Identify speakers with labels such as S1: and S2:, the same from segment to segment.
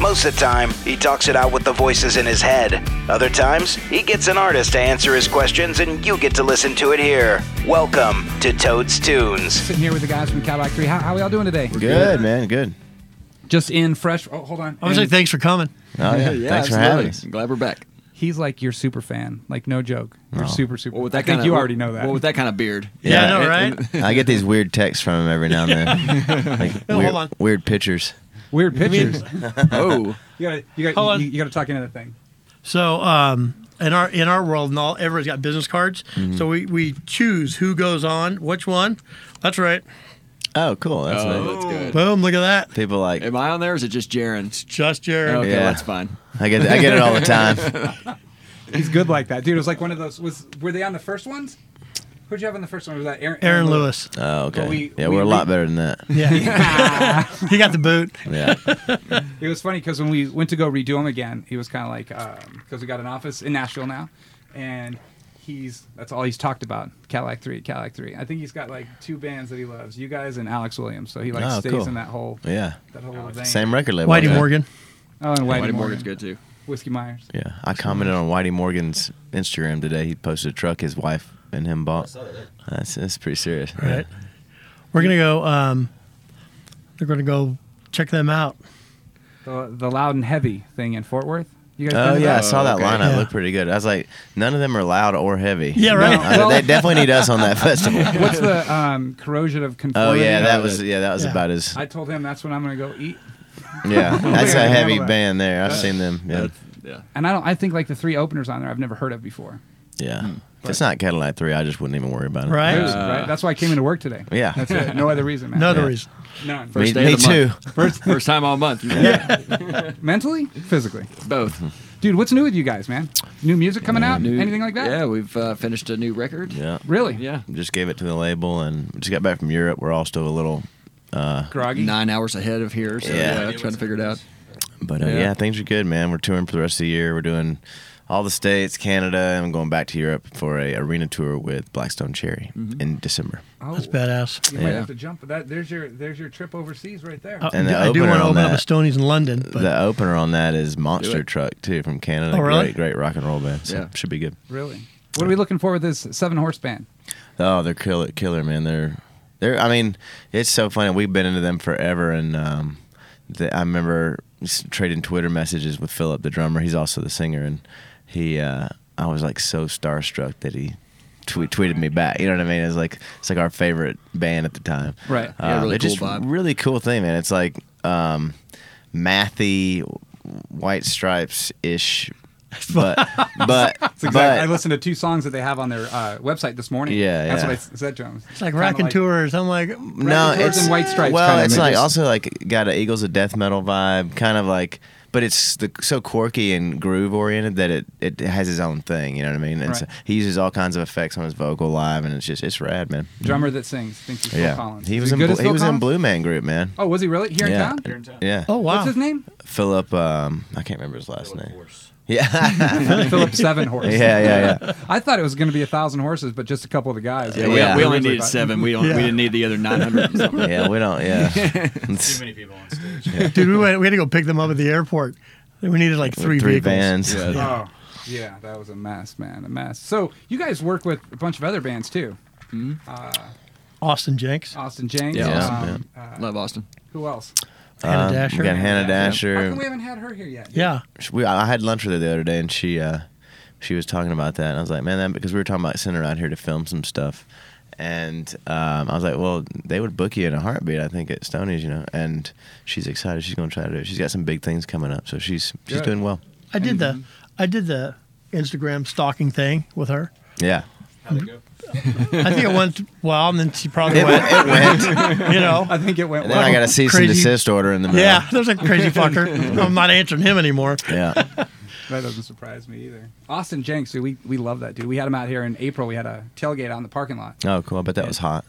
S1: Most of the time, he talks it out with the voices in his head. Other times, he gets an artist to answer his questions and you get to listen to it here. Welcome to Toad's Tunes.
S2: Sitting here with the guys from Cadillac 3. How, how are y'all doing today?
S3: Good, good, man. Good.
S2: Just in fresh. Oh, hold on.
S4: I was
S2: In-
S4: like, thanks for coming.
S3: Oh yeah. Thanks for having us.
S5: I'm glad we're back.
S2: he's like your super fan. Like, no joke. You're super, super.
S5: Well, with
S2: I
S5: that
S2: think
S5: kinda-
S2: you already know that.
S5: Well, with that kind of beard.
S4: Yeah, I
S3: Yeah.
S4: know, right?
S3: I get these weird texts from him every now and then. like
S4: Oh,
S3: weird,
S4: hold on.
S3: weird pictures.
S2: Weird pictures.
S5: oh,
S2: you gotta, you
S4: Hold
S2: gotta,
S4: on.
S2: you, you gotta talk into the thing.
S4: So um, in our in our world, and all everyone's got business cards.
S3: Mm-hmm.
S4: So we, we choose who goes on, which one. That's right.
S3: Oh, cool. That's
S5: oh,
S3: nice.
S5: that's good.
S4: Boom! Look at that.
S3: People like.
S5: Am I on there or is it just Jaron?
S4: Just Jared.
S5: Okay,
S3: Oh, Yeah.
S5: that's fine.
S3: I get I get it all the time.
S2: He's good like that, dude. It was like one of those. Was were they on the first ones? Who'd you have on the first one? Was that Aaron?
S4: Aaron Lewis.
S3: Oh, okay.
S2: But we-
S3: yeah,
S2: we
S3: we're a lot
S2: re-
S3: better than that.
S4: Yeah, he got the boot.
S3: Yeah.
S2: It was funny because when we went to go redo him again, he was kind of like because we got an office in Nashville now, and he's that's all he's talked about Cadillac Three, Cadillac Three. I think he's got like two bands that he loves, you guys and Alex Williams. So he like
S3: Oh,
S2: stays
S3: cool.
S2: in that whole
S3: Yeah.
S2: that whole little vein.
S3: Same record label.
S4: Whitey
S3: yeah.
S4: Morgan.
S2: Oh, and Whitey,
S5: Whitey
S2: Morgan.
S5: Morgan's good too.
S2: Whiskey Myers.
S3: Yeah. I commented on Whitey Morgan's Instagram today. He posted a truck his wife and him bought. That's, that's pretty serious. Yeah.
S4: Right. We're gonna go. Um, they're gonna go check them out.
S2: The, the loud and heavy thing in Fort Worth. You guys.
S3: Oh
S2: been to
S3: yeah, I
S2: that?
S3: saw that
S5: okay.
S3: lineup.
S4: Yeah.
S3: Looked pretty good. I was like, none of them are loud or heavy.
S4: Yeah, right.
S3: I said, they definitely need us on that festival.
S2: What's the um, corrosion of
S3: Oh
S2: conformity?
S3: yeah, that was yeah, that was
S4: Yeah.
S3: about as
S2: I told him that's when I'm gonna go eat.
S3: yeah. That's
S2: Yeah,
S3: a
S2: I
S3: heavy
S2: know that.
S3: band there. I've seen them. Yeah,
S5: That's- yeah.
S2: And I don't. I think like the three openers on there I've never heard of before.
S3: yeah. If it's not Cadillac Three, I just wouldn't even worry about it.
S4: Hmm. Right.
S2: Dude, right? That's why I came into work today.
S3: Yeah.
S2: That's it. No other reason, man.
S4: No other
S3: Yeah.
S4: reason.
S2: None.
S3: Me,
S5: First day
S3: me
S5: of the
S3: too.
S5: month. First, first time all month.
S4: Yeah.
S2: Mentally, physically.
S5: Both.
S3: Mm-hmm.
S2: Dude, what's new with you guys, man? New music coming out?
S5: New-
S2: Anything like that?
S5: Yeah, we've uh, finished a new record.
S3: Yeah.
S2: Really?
S5: Yeah.
S3: Just gave it to the label and just got back from Europe. We're all still a little,
S2: Groggy.
S5: Nine hours ahead of here, so
S3: Yeah.
S5: yeah, trying to figure it out.
S3: but uh, yeah.
S5: Yeah.
S3: things are good, man. We're touring for the rest of the year. We're doing all the states, Canada, and I'm going back to Europe for a arena tour with Blackstone Cherry in December.
S2: Oh,
S4: That's badass.
S2: You might
S5: Yeah.
S2: have to jump. That there's your there's your trip overseas right there.
S4: I-
S3: And the
S4: I do
S3: opener
S4: want to
S3: on
S4: open up
S3: that-
S4: a Stonies in London, but
S3: the opener on that is
S5: Do
S3: Monster
S5: it.
S3: Truck too from Canada.
S4: Oh, really?
S3: Great, great rock and roll band. So
S5: Yeah.
S3: should be good.
S2: Really? What are we looking for with this seven horse band?
S3: Oh, they're killer, killer, man. They're, they're. I mean, it's so funny. We've been into them forever, and um, the, I remember s- trading Twitter messages with Philip, the drummer. He's also the singer, and he, uh, I was like so starstruck that he. Tweet, tweeted me back. You know what I mean? It's like it's like our favorite band at the time.
S2: Right.
S5: Yeah,
S3: Um,
S5: really
S3: it's
S5: cool
S3: just
S5: vibe.
S3: really cool thing, man. It's like um, mathy, white stripes ish, but but
S2: It's exact- I
S3: but
S2: listened to two songs that they have on their uh, website this morning.
S3: Yeah,
S2: That's
S3: yeah.
S2: what I s- said to him.
S4: it's like rocking tours. I'm like,
S3: no,
S2: Rabbit Doors
S3: it's
S2: and White Stripes
S3: Well,
S2: kinda
S3: it's
S2: made
S3: like
S2: us-
S3: also like got an Eagles of Death metal vibe, kind of like, but it's the, so quirky and groove oriented that it it has its own thing. You know what I mean? And so
S2: Right.
S3: he uses all kinds of effects on his vocal live, and it's just it's rad, man.
S2: Drummer that sings. Thinks he's Phil
S3: yeah,
S2: Collins.
S3: he
S2: Is
S3: was in
S2: good
S3: Blu-
S2: as
S3: he
S2: Phil
S3: was in
S2: Collins?
S3: Blue Man Group, man.
S2: Oh, was he really here
S3: yeah,
S2: in town?
S3: yeah.
S4: oh wow,
S2: What's his name?
S3: Philip, um, I can't remember his last name. Yeah,
S2: Philip Seven Horse.
S3: yeah, yeah, yeah.
S2: I thought it was going to be a thousand horses, but just a couple of the guys.
S5: Yeah, we,
S3: Yeah.
S5: we only
S2: Really
S5: needed
S2: vibe.
S5: seven. We don't.
S4: Yeah.
S5: We didn't need the other nine hundred.
S3: Yeah, we don't. Yeah,
S6: Too many people on stage.
S4: dude, we went, we had to go pick them up at the airport. We needed like three,
S3: three bands.
S4: vehicles.
S5: Yeah.
S4: Uh,
S2: Oh, yeah, that was a mess, man, a mess. So you guys work with a bunch of other bands too.
S4: Austin Jenks,
S2: Austin Jenks.
S5: Yeah,
S3: Austin,
S2: um, uh,
S5: Love Austin.
S2: who else?
S4: Hannah
S3: Um,
S4: Dasher.
S3: We got Hannah Dasher.
S2: How come we haven't had her here yet?
S4: yeah,
S3: She- we, I had lunch with her the other day, and she uh, she was talking about that, and I was like, man, that because we were talking about sending her out here to film some stuff, and um, I was like, well, they would book you in a heartbeat, I think, at Stoney's, you know, and she's excited, she's going to try to do it. She's got some big things coming up, so she's she's
S2: Good.
S3: doing well.
S4: I did the I did the Instagram stalking thing with her.
S3: Yeah,
S6: How'd it go?
S4: I think it went well, and then she probably
S3: it went.
S4: went.
S3: It went.
S4: You know,
S2: I think it went
S3: And then I
S2: well.
S3: got a cease
S4: Crazy.
S3: and desist order in the mail.
S4: yeah, there's a crazy fucker. I'm not answering him anymore.
S3: yeah.
S2: that doesn't surprise me either. Austin Jenks, dude, we we love that dude. We had him out here in April. We had a tailgate out in the parking lot.
S3: Oh, cool. I bet that was hot.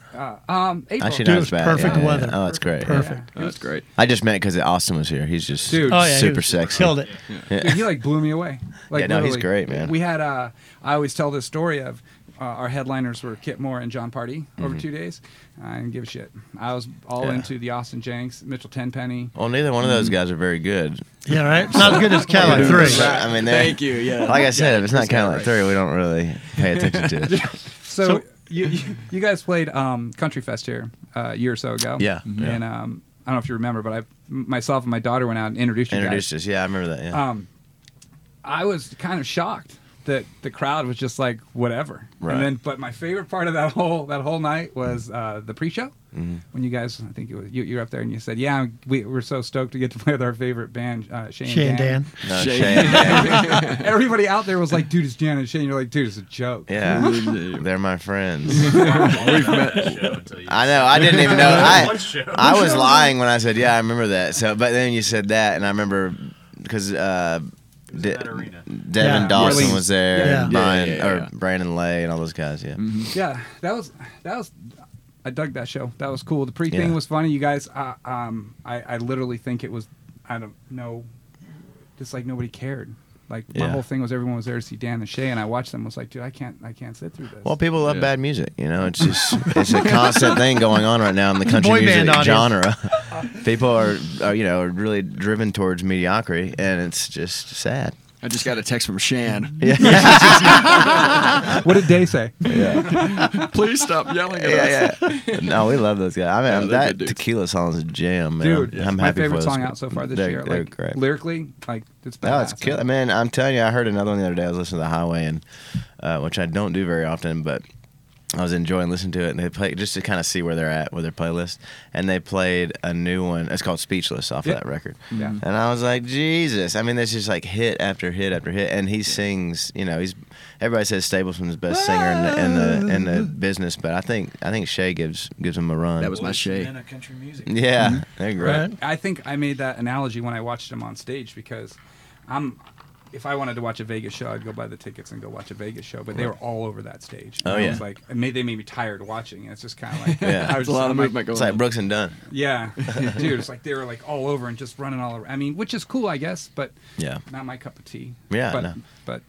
S2: Um, April.
S3: Actually,
S4: Dude,
S3: not as
S4: it was
S3: bad.
S4: perfect
S3: Yeah, yeah,
S4: weather.
S3: yeah. Oh, that's great. yeah.
S4: Perfect.
S2: Yeah.
S5: That's great.
S3: I just meant because Austin was here. He's just
S2: Dude.
S4: Oh yeah, he
S3: super
S4: was-
S3: sexy.
S4: Killed it.
S2: Dude, he like blew me away. Like
S3: Yeah, no, he's
S2: literally.
S3: great, man.
S2: We had uh I always tell this story of uh, our headliners were Kit Moore and John Party over two days. I didn't give a shit. I was all
S3: Mm-hmm. Yeah.
S2: into the Austin Jenks, Mitchell Tenpenny.
S3: Well, neither one of those guys are very good.
S4: Yeah, right. Not as good as Cadillac Three.
S3: I mean, they're-
S5: Thank you. Yeah.
S3: Like I said, if it's not
S5: got it
S3: kind of like
S5: right.
S3: three, we don't really pay attention to it.
S2: So,
S4: So-
S2: you, you you guys played um, Country Fest here uh, a year or so ago.
S3: Yeah, yeah.
S2: And um, I don't know if you remember, but I myself and my daughter went out and introduced you
S3: Introduced
S2: guys.
S3: us. Yeah, I remember that. Yeah.
S2: Um, I was kind of shocked that the crowd was just like whatever.
S3: Right.
S2: And then, but my favorite part of that whole that whole night was uh, the pre-show
S3: Mm-hmm.
S2: when you guys, I think it was you, you were up there and you said, "Yeah, we, we're so stoked to get to play with our favorite band, uh, Shane,
S4: Shane Dan.
S3: no,
S5: Shane.
S3: Shane.
S2: Everybody out there was like, "Dude, it's Jan and Shane." You're like, "Dude, it's a joke."
S3: Yeah, they're my friends.
S5: We've met.
S6: show until you.
S3: I know. I didn't even know.
S6: One
S3: I
S6: show.
S3: I was lying when I said, yeah, I remember that. So, but then you said that, and I remember because uh, De-
S6: that arena.
S3: Devin
S4: Yeah.
S3: Dawson
S2: Orleans.
S3: was there,
S2: Yeah.
S3: and
S5: Yeah,
S3: Brian
S5: yeah, yeah, yeah.
S3: or Brandon Lay, and all those guys. Yeah,
S2: yeah that was that was i dug that show that was cool the pre
S3: Yeah.
S2: thing was funny you guys uh, um I, I literally think it was i don't know just like nobody cared like my
S3: Yeah.
S2: whole thing was everyone was there to see dan and shay and i watched them was like dude i can't i can't sit through this
S3: Well, people love
S5: Yeah.
S3: bad music. You know, it's just it's a constant thing going on right now in the country
S4: Boy band
S3: music genre.
S4: audience.
S3: people are, are you know are really driven towards mediocrity, and it's just sad.
S5: I just got a text from Shan.
S2: what did they say
S5: Please stop yelling at us.
S3: Yeah, yeah. No, we love those guys. I mean,
S5: they're
S3: that
S5: good dudes.
S3: tequila song is a jam, man.
S2: dude
S3: I'm
S2: my
S3: happy
S2: favorite
S3: for those
S2: song
S3: guys.
S2: out so far this
S3: They're-
S2: year
S3: they're
S2: like
S3: great.
S2: lyrically like it's badass.
S3: No, it's killer, man. I'm telling you, I heard another one the other day. I was listening to the Highway, and uh, which I don't do very often, but I was enjoying listening to it. And they play just to kind of see where they're at with their playlist, and they played a new one. It's called Speechless off
S2: Yeah. Mm-hmm.
S3: of that record.
S2: Yeah.
S3: And I was like, Jesus! I mean, there's just like hit after hit after hit, and he sings. You know, he's everybody says Stapleson's the best singer in the, in the in the business, but I think I think Shay gives gives him a run.
S5: That was my shade.
S6: Man of country music.
S3: yeah, they're great.
S4: Right.
S2: I think I made that analogy when I watched him on stage because I'm if I wanted to watch a Vegas show, I'd go buy the tickets and go watch a Vegas show. But they were all over that stage. And
S3: Oh,
S2: I
S3: yeah.
S2: was like it made, they made me tired watching. And it's just kind of like
S3: Yeah.
S2: I was
S5: There's a
S2: just-
S5: lot
S2: I'm
S5: of
S2: like,
S5: movement
S3: It's
S5: going
S3: like
S5: on.
S3: Brooks and Dunn.
S2: yeah, dude, it's like they were like all over and just running all over. I mean, which is cool, I guess, but
S3: Yeah.
S2: not my cup of tea.
S3: Yeah,
S2: but,
S3: no.
S2: but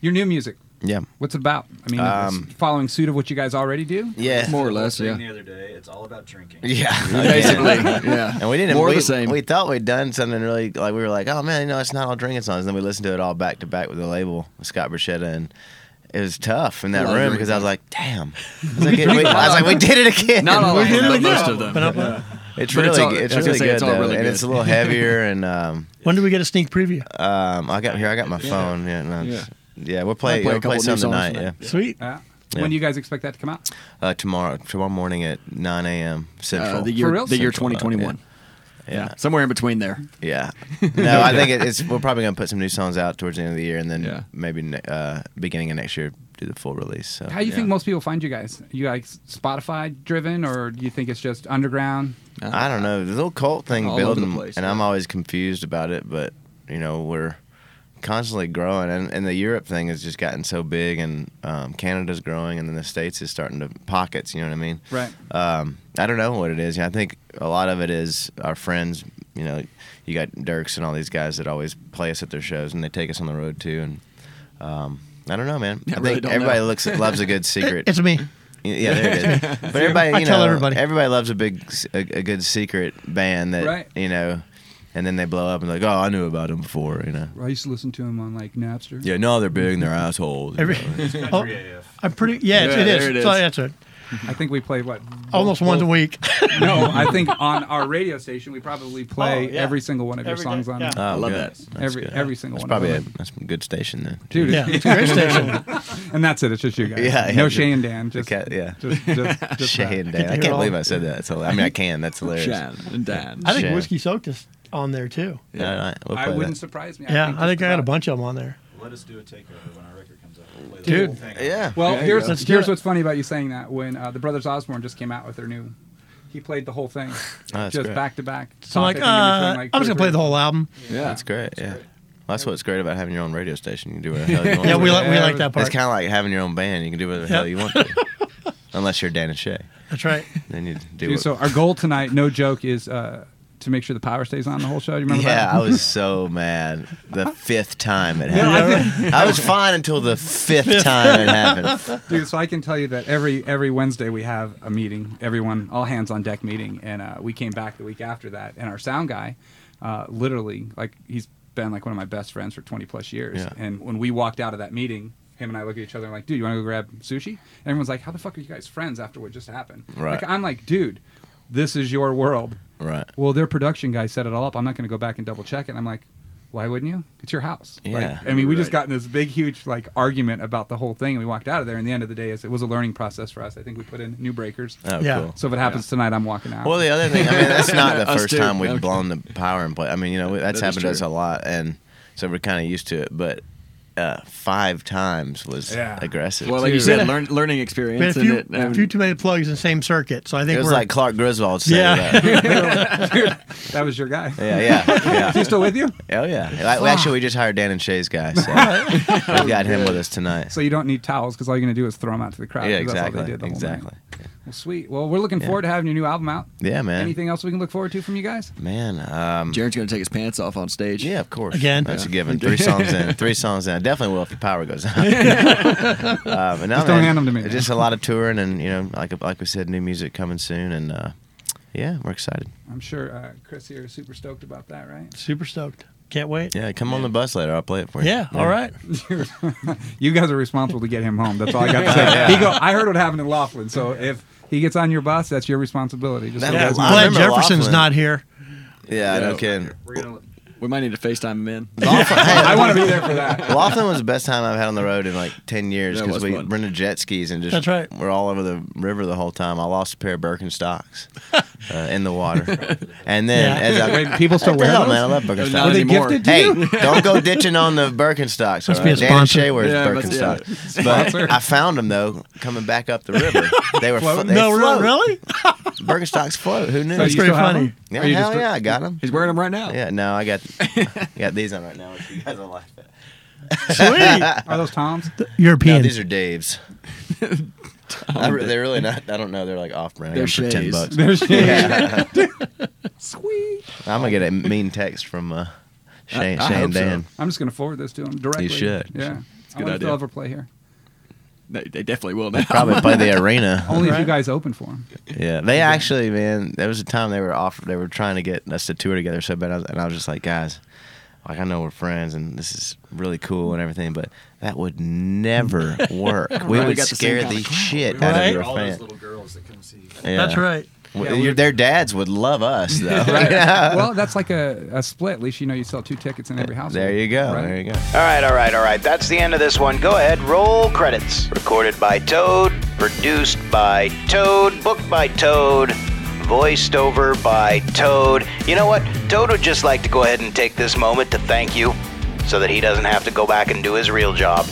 S2: your new music.
S3: Yeah.
S2: What's it about? I mean,
S3: Um,
S2: it's following suit of what you guys already do.
S3: Yeah.
S5: More or less,
S6: Thing
S5: yeah.
S6: The other day, it's all about drinking.
S3: Yeah.
S5: Basically, yeah.
S3: And we didn't.
S5: More
S3: we,
S5: of the same.
S3: We thought we'd done something really like we were like, oh man, you know, it's not all drinking songs. And then we listened to it all back to back with the label, with Scott Bruschetta, and it was tough in
S5: A
S3: that
S5: lot of
S3: room
S5: drinking
S3: because I was like, damn. I was like, we, I was like, we did it again.
S5: Not all of
S4: did
S5: them,
S4: it
S5: but
S4: again.
S5: most of them.
S4: But I'm-
S3: It's
S5: But
S3: really, it's,
S5: it's all- I was gonna
S3: really
S5: say,
S3: good
S5: it's all
S3: though,
S5: really
S3: and
S5: good.
S3: it's a little heavier. And um,
S4: When do we get a sneak preview?
S3: um, I got here. I got my phone. Yeah, no,
S5: Yeah.
S3: yeah. we'll play.
S5: I'll play a
S3: we'll play
S5: couple
S3: some
S5: new songs
S3: tonight. Yeah,
S5: tonight.
S4: Sweet.
S2: Yeah.
S3: Yeah.
S2: Uh, When do you guys expect that to come out?
S3: uh, tomorrow. Tomorrow morning at 9 a.m. Central.
S5: Uh, the year,
S2: real?
S5: the year
S3: Central, uh,
S5: 2021.
S3: yeah.
S5: Yeah, somewhere in between there.
S3: Yeah. No, I think it, it's we're probably gonna put some new songs out towards the end of the year, and then
S5: Yeah.
S3: maybe ne- uh, beginning of next year do the full release. So
S2: How do you think
S5: Yeah.
S2: most people find you guys? You like Spotify driven, or do you think it's just underground?
S3: I don't know. The little cult thing
S5: All over the
S3: building,
S5: place,
S3: and
S5: yeah.
S3: I'm always confused about it. But you know, we're constantly growing, and, and the Europe thing has just gotten so big, and um, Canada's growing, and then the states is starting to pockets. You know what I mean?
S2: Right.
S3: Um, I don't know what it is. I think a lot of it is our friends. You know, you got Dirks and all these guys that always play us at their shows, and they take us on the road too. And um, I don't know, man.
S5: Yeah, I
S3: I
S5: really
S3: think
S5: don't
S3: everybody
S5: know.
S3: looks loves a good secret.
S4: It's me.
S3: Yeah, there it is. But everybody, you
S4: I
S3: know,
S4: tell everybody.
S3: loves a big, a, a good secret band that
S2: Right.
S3: you know, and then they blow up and like, oh, I knew about them before, you know.
S2: I used to listen to him on like Napster.
S3: Yeah, no, they're big and they're assholes. you
S4: Every,
S3: know.
S4: oh,
S6: Country AF.
S4: I'm pretty. Yeah, it's
S5: Yeah,
S4: it is.
S5: there it
S4: So
S5: is.
S4: that's it.
S2: I think we play what?
S4: Almost once a week.
S2: No, I think on our radio station we probably play
S4: Oh, yeah.
S2: every single one of your
S4: Every
S2: songs
S4: day,
S2: on.
S4: yeah.
S2: it.
S3: Oh,
S5: I love
S3: good.
S5: that.
S3: That's
S2: Every-
S3: good.
S2: every single
S3: that's
S2: one of
S3: Probably a,
S2: them.
S3: that's a good station then,
S2: Dude,
S4: Yeah, it's a great station.
S2: and that's it. It's just you guys.
S3: Yeah, yeah.
S2: no Shay and Dan. Just,
S3: cat- yeah.
S2: just, just, just that.
S3: Shay and Dan. I
S4: You're
S3: can't
S4: all-
S3: believe I said that. It's hila- I mean, I can. That's hilarious.
S5: Shan and Dan.
S4: I think
S3: Sure.
S4: whiskey soaked is on there too.
S3: All right, we'll
S2: I
S3: play
S2: wouldn't
S3: that.
S2: surprise me.
S4: Yeah, I think
S2: just
S4: I got a
S2: about-
S4: bunch of them on there.
S6: Let us do a takeover when our record comes out. We'll play the
S2: Dude.
S6: whole thing.
S3: Yeah.
S2: Well,
S5: There you
S2: here's
S5: go.
S4: Let's do
S2: here's
S4: it.
S2: what's funny about you saying that. When uh, the brothers Osborne just came out with their new, he played the whole thing,
S3: Oh, that's
S2: just
S3: great.
S2: back to back.
S4: So I'm like, uh,
S2: topic and in between,
S4: I'm
S2: two or
S4: just gonna play
S2: three.
S4: the whole album.
S5: yeah,
S3: that's great. yeah. Well, that's what's great about having your own radio station. You can do whatever the hell you want.
S4: Oh, Yeah, we
S3: to.
S4: like we like that
S3: It's
S4: part.
S3: kind of like having your own band. You can do whatever the hell you
S4: Yeah.
S3: want to, unless you're Dan and Shay.
S4: That's right.
S3: Then you do
S2: Dude,
S3: what,
S2: so our goal tonight, no joke, is uh, to make sure the power stays on the whole show. Do you remember
S3: yeah,
S2: that?
S3: I was so mad. The fifth time it
S2: No, I
S3: happened. I was fine until the fifth time it happened.
S2: Dude, so I can tell you that every every Wednesday we have a meeting, everyone all hands on deck meeting, and uh, we came back the week after that, and our sound guy, uh, literally, like he's been like one of my best friends for 20 plus years,
S3: Yeah.
S2: and when we walked out of that meeting. Him and I look at each other and like, dude, you want to go grab sushi? And everyone's like, how the fuck are you guys friends after what just happened?
S3: Right.
S2: Like, I'm like, dude, this is your world.
S3: Right.
S2: Well, their production guy set it all up. I'm not going to go back and double check it. I'm like, why wouldn't you? It's your house. Like,
S3: Yeah.
S2: I mean, we just
S3: Right.
S2: got in this big, huge like argument about the whole thing, and we walked out of there. And the end of the day is it was a learning process for us. I think we put in new breakers.
S3: Oh,
S4: Yeah.
S3: cool.
S2: So if it happens tonight, I'm walking out.
S3: Well, the other thing, I mean, that's not the
S5: Us
S3: first
S5: too.
S3: time we've
S5: Okay.
S3: blown the power in place. I mean, you know, that's
S5: That is
S3: happened to us
S5: true.
S3: a lot, and so we're kind of used to it. But uh, five times was
S2: Yeah.
S3: aggressive.
S5: Well, like you
S2: Dude.
S5: said, learn, learning
S4: We had
S5: experience
S4: a
S5: in
S4: few,
S5: it. and-
S4: a few too many plugs in the same circuit, so I think
S3: it was
S4: we're
S3: like Clark Griswold said.
S4: Yeah.
S3: Yeah. That.
S2: that was your guy.
S3: yeah, yeah, yeah.
S2: Is he still with you?
S3: Oh yeah. Like, well, actually, we just hired Dan and Shay's guy, so we've got him with us tonight.
S2: So you don't need towels because all you're going to do is throw them out to the crowd.
S3: yeah,
S2: 'cause That's all
S3: exactly,
S2: they did the whole night.
S3: exactly.
S2: Well, sweet. Well, we're looking forward to having your new album out.
S3: Yeah, man.
S2: Anything else we can look forward to from you guys?
S3: Man, um,
S5: Jared's gonna take his pants off on stage.
S3: yeah, of course.
S4: Again?
S3: that's a
S5: Yeah.
S3: given. Three songs in, three songs in. I definitely will if the power goes out. um, and now,
S2: don't
S3: man,
S2: hand 'em to me.
S3: Just a lot of touring, and you know, like like we said, new music coming soon, and uh, yeah, we're excited.
S2: I'm sure uh, Chris here is super stoked about that, right?
S4: super stoked. Can't wait.
S3: Yeah, come on the bus later. I'll play it for you.
S4: Yeah, all right.
S2: You guys are responsible to get him home. That's all I got to say. He go, I heard what happened in Laughlin, so if he gets on your bus, that's your responsibility. Just so
S3: That
S2: you
S4: Yeah,
S3: I
S4: I'm
S2: guys know.
S4: glad
S3: remember
S4: Jefferson's
S3: Laughlin.
S4: not here.
S3: Yeah, I
S5: Yeah.
S3: no kidding.
S6: We're gonna
S5: we might need to Facetime him in.
S2: I want to be there for that.
S3: Laughlin was the best time I've had on the road in like ten years
S5: That
S3: because
S5: was
S3: we
S5: fun.
S3: rented jet skis and just
S4: That's right.
S3: we're all over the river the whole time. I lost a pair of Birkenstocks uh, in the water, and then
S4: Yeah.
S3: as I
S2: Wait, people still
S3: What the
S2: wear
S3: hell,
S2: those?
S3: man, I love
S5: Not
S3: Birkenstocks.
S2: Were they
S5: anymore.
S2: gifted to
S3: Hey,
S2: you?
S3: don't go ditching on the Birkenstocks.
S4: Must
S3: all
S4: be a
S3: right? Dan
S4: sponsor.
S3: Shea wears
S5: Yeah, but-
S3: Birkenstocks,
S5: yeah.
S3: but,
S2: Sponsor.
S3: I found them though coming back up the river. They were flo-
S2: Floating?
S3: they
S4: no,
S3: float.
S4: really?
S3: Birkenstocks float. Who knew?
S2: So
S4: That's
S2: you
S4: pretty
S2: still have
S4: funny.
S2: them?
S3: yeah,
S2: or you
S3: hell
S2: just-
S3: yeah, I got them.
S5: He's wearing them right now.
S3: Yeah, no, I got I got these on right now. If you guys don't like that,
S4: Sweet.
S2: Are those Toms?
S4: European.
S3: no, these are Dave's. I re- they're really not. I don't know. They're like off brand.
S5: They're
S3: for ten
S5: Shays.
S3: bucks.
S2: There's
S3: Yeah.
S2: Sweet.
S3: I'm gonna get a mean text from uh, Shane,
S5: I- I
S3: Shane
S5: hope so.
S3: Dan.
S2: I'm just going to forward this to him directly.
S3: You should.
S2: Yeah. I
S5: good
S2: wonder if they'll
S5: idea.
S2: ever play here.
S5: They, they definitely will now.
S3: Probably play the arena.
S2: Only if you
S4: Right.
S2: guys open for him.
S3: Yeah, they actually, man. There was a time they were off. They were trying to get us to tour together so bad, I was- and I was just like, guys, like I know we're friends, and this is really cool and everything, but that would never work. We
S5: Right. We
S3: would
S5: got the
S3: scare
S5: same kind
S3: the
S5: of crowd.
S3: shit out
S4: Right?
S3: of your
S6: all
S3: fans.
S6: those little girls that come see.
S3: Yeah.
S4: That's right.
S3: W-
S2: Yeah, we
S3: your-
S2: would-
S3: their dads would love us though.
S2: Well, that's like a, a split. At least you know you sell two tickets in every house.
S3: There you go.
S2: Right?
S3: There you go.
S1: All right, all right, all right. That's the end of this one. Go ahead, roll credits. Recorded by Toad, produced by Toad, booked by Toad, voiced over by Toad. You know what? Toad would just like to go ahead and take this moment to thank you so that he doesn't have to go back and do his real job.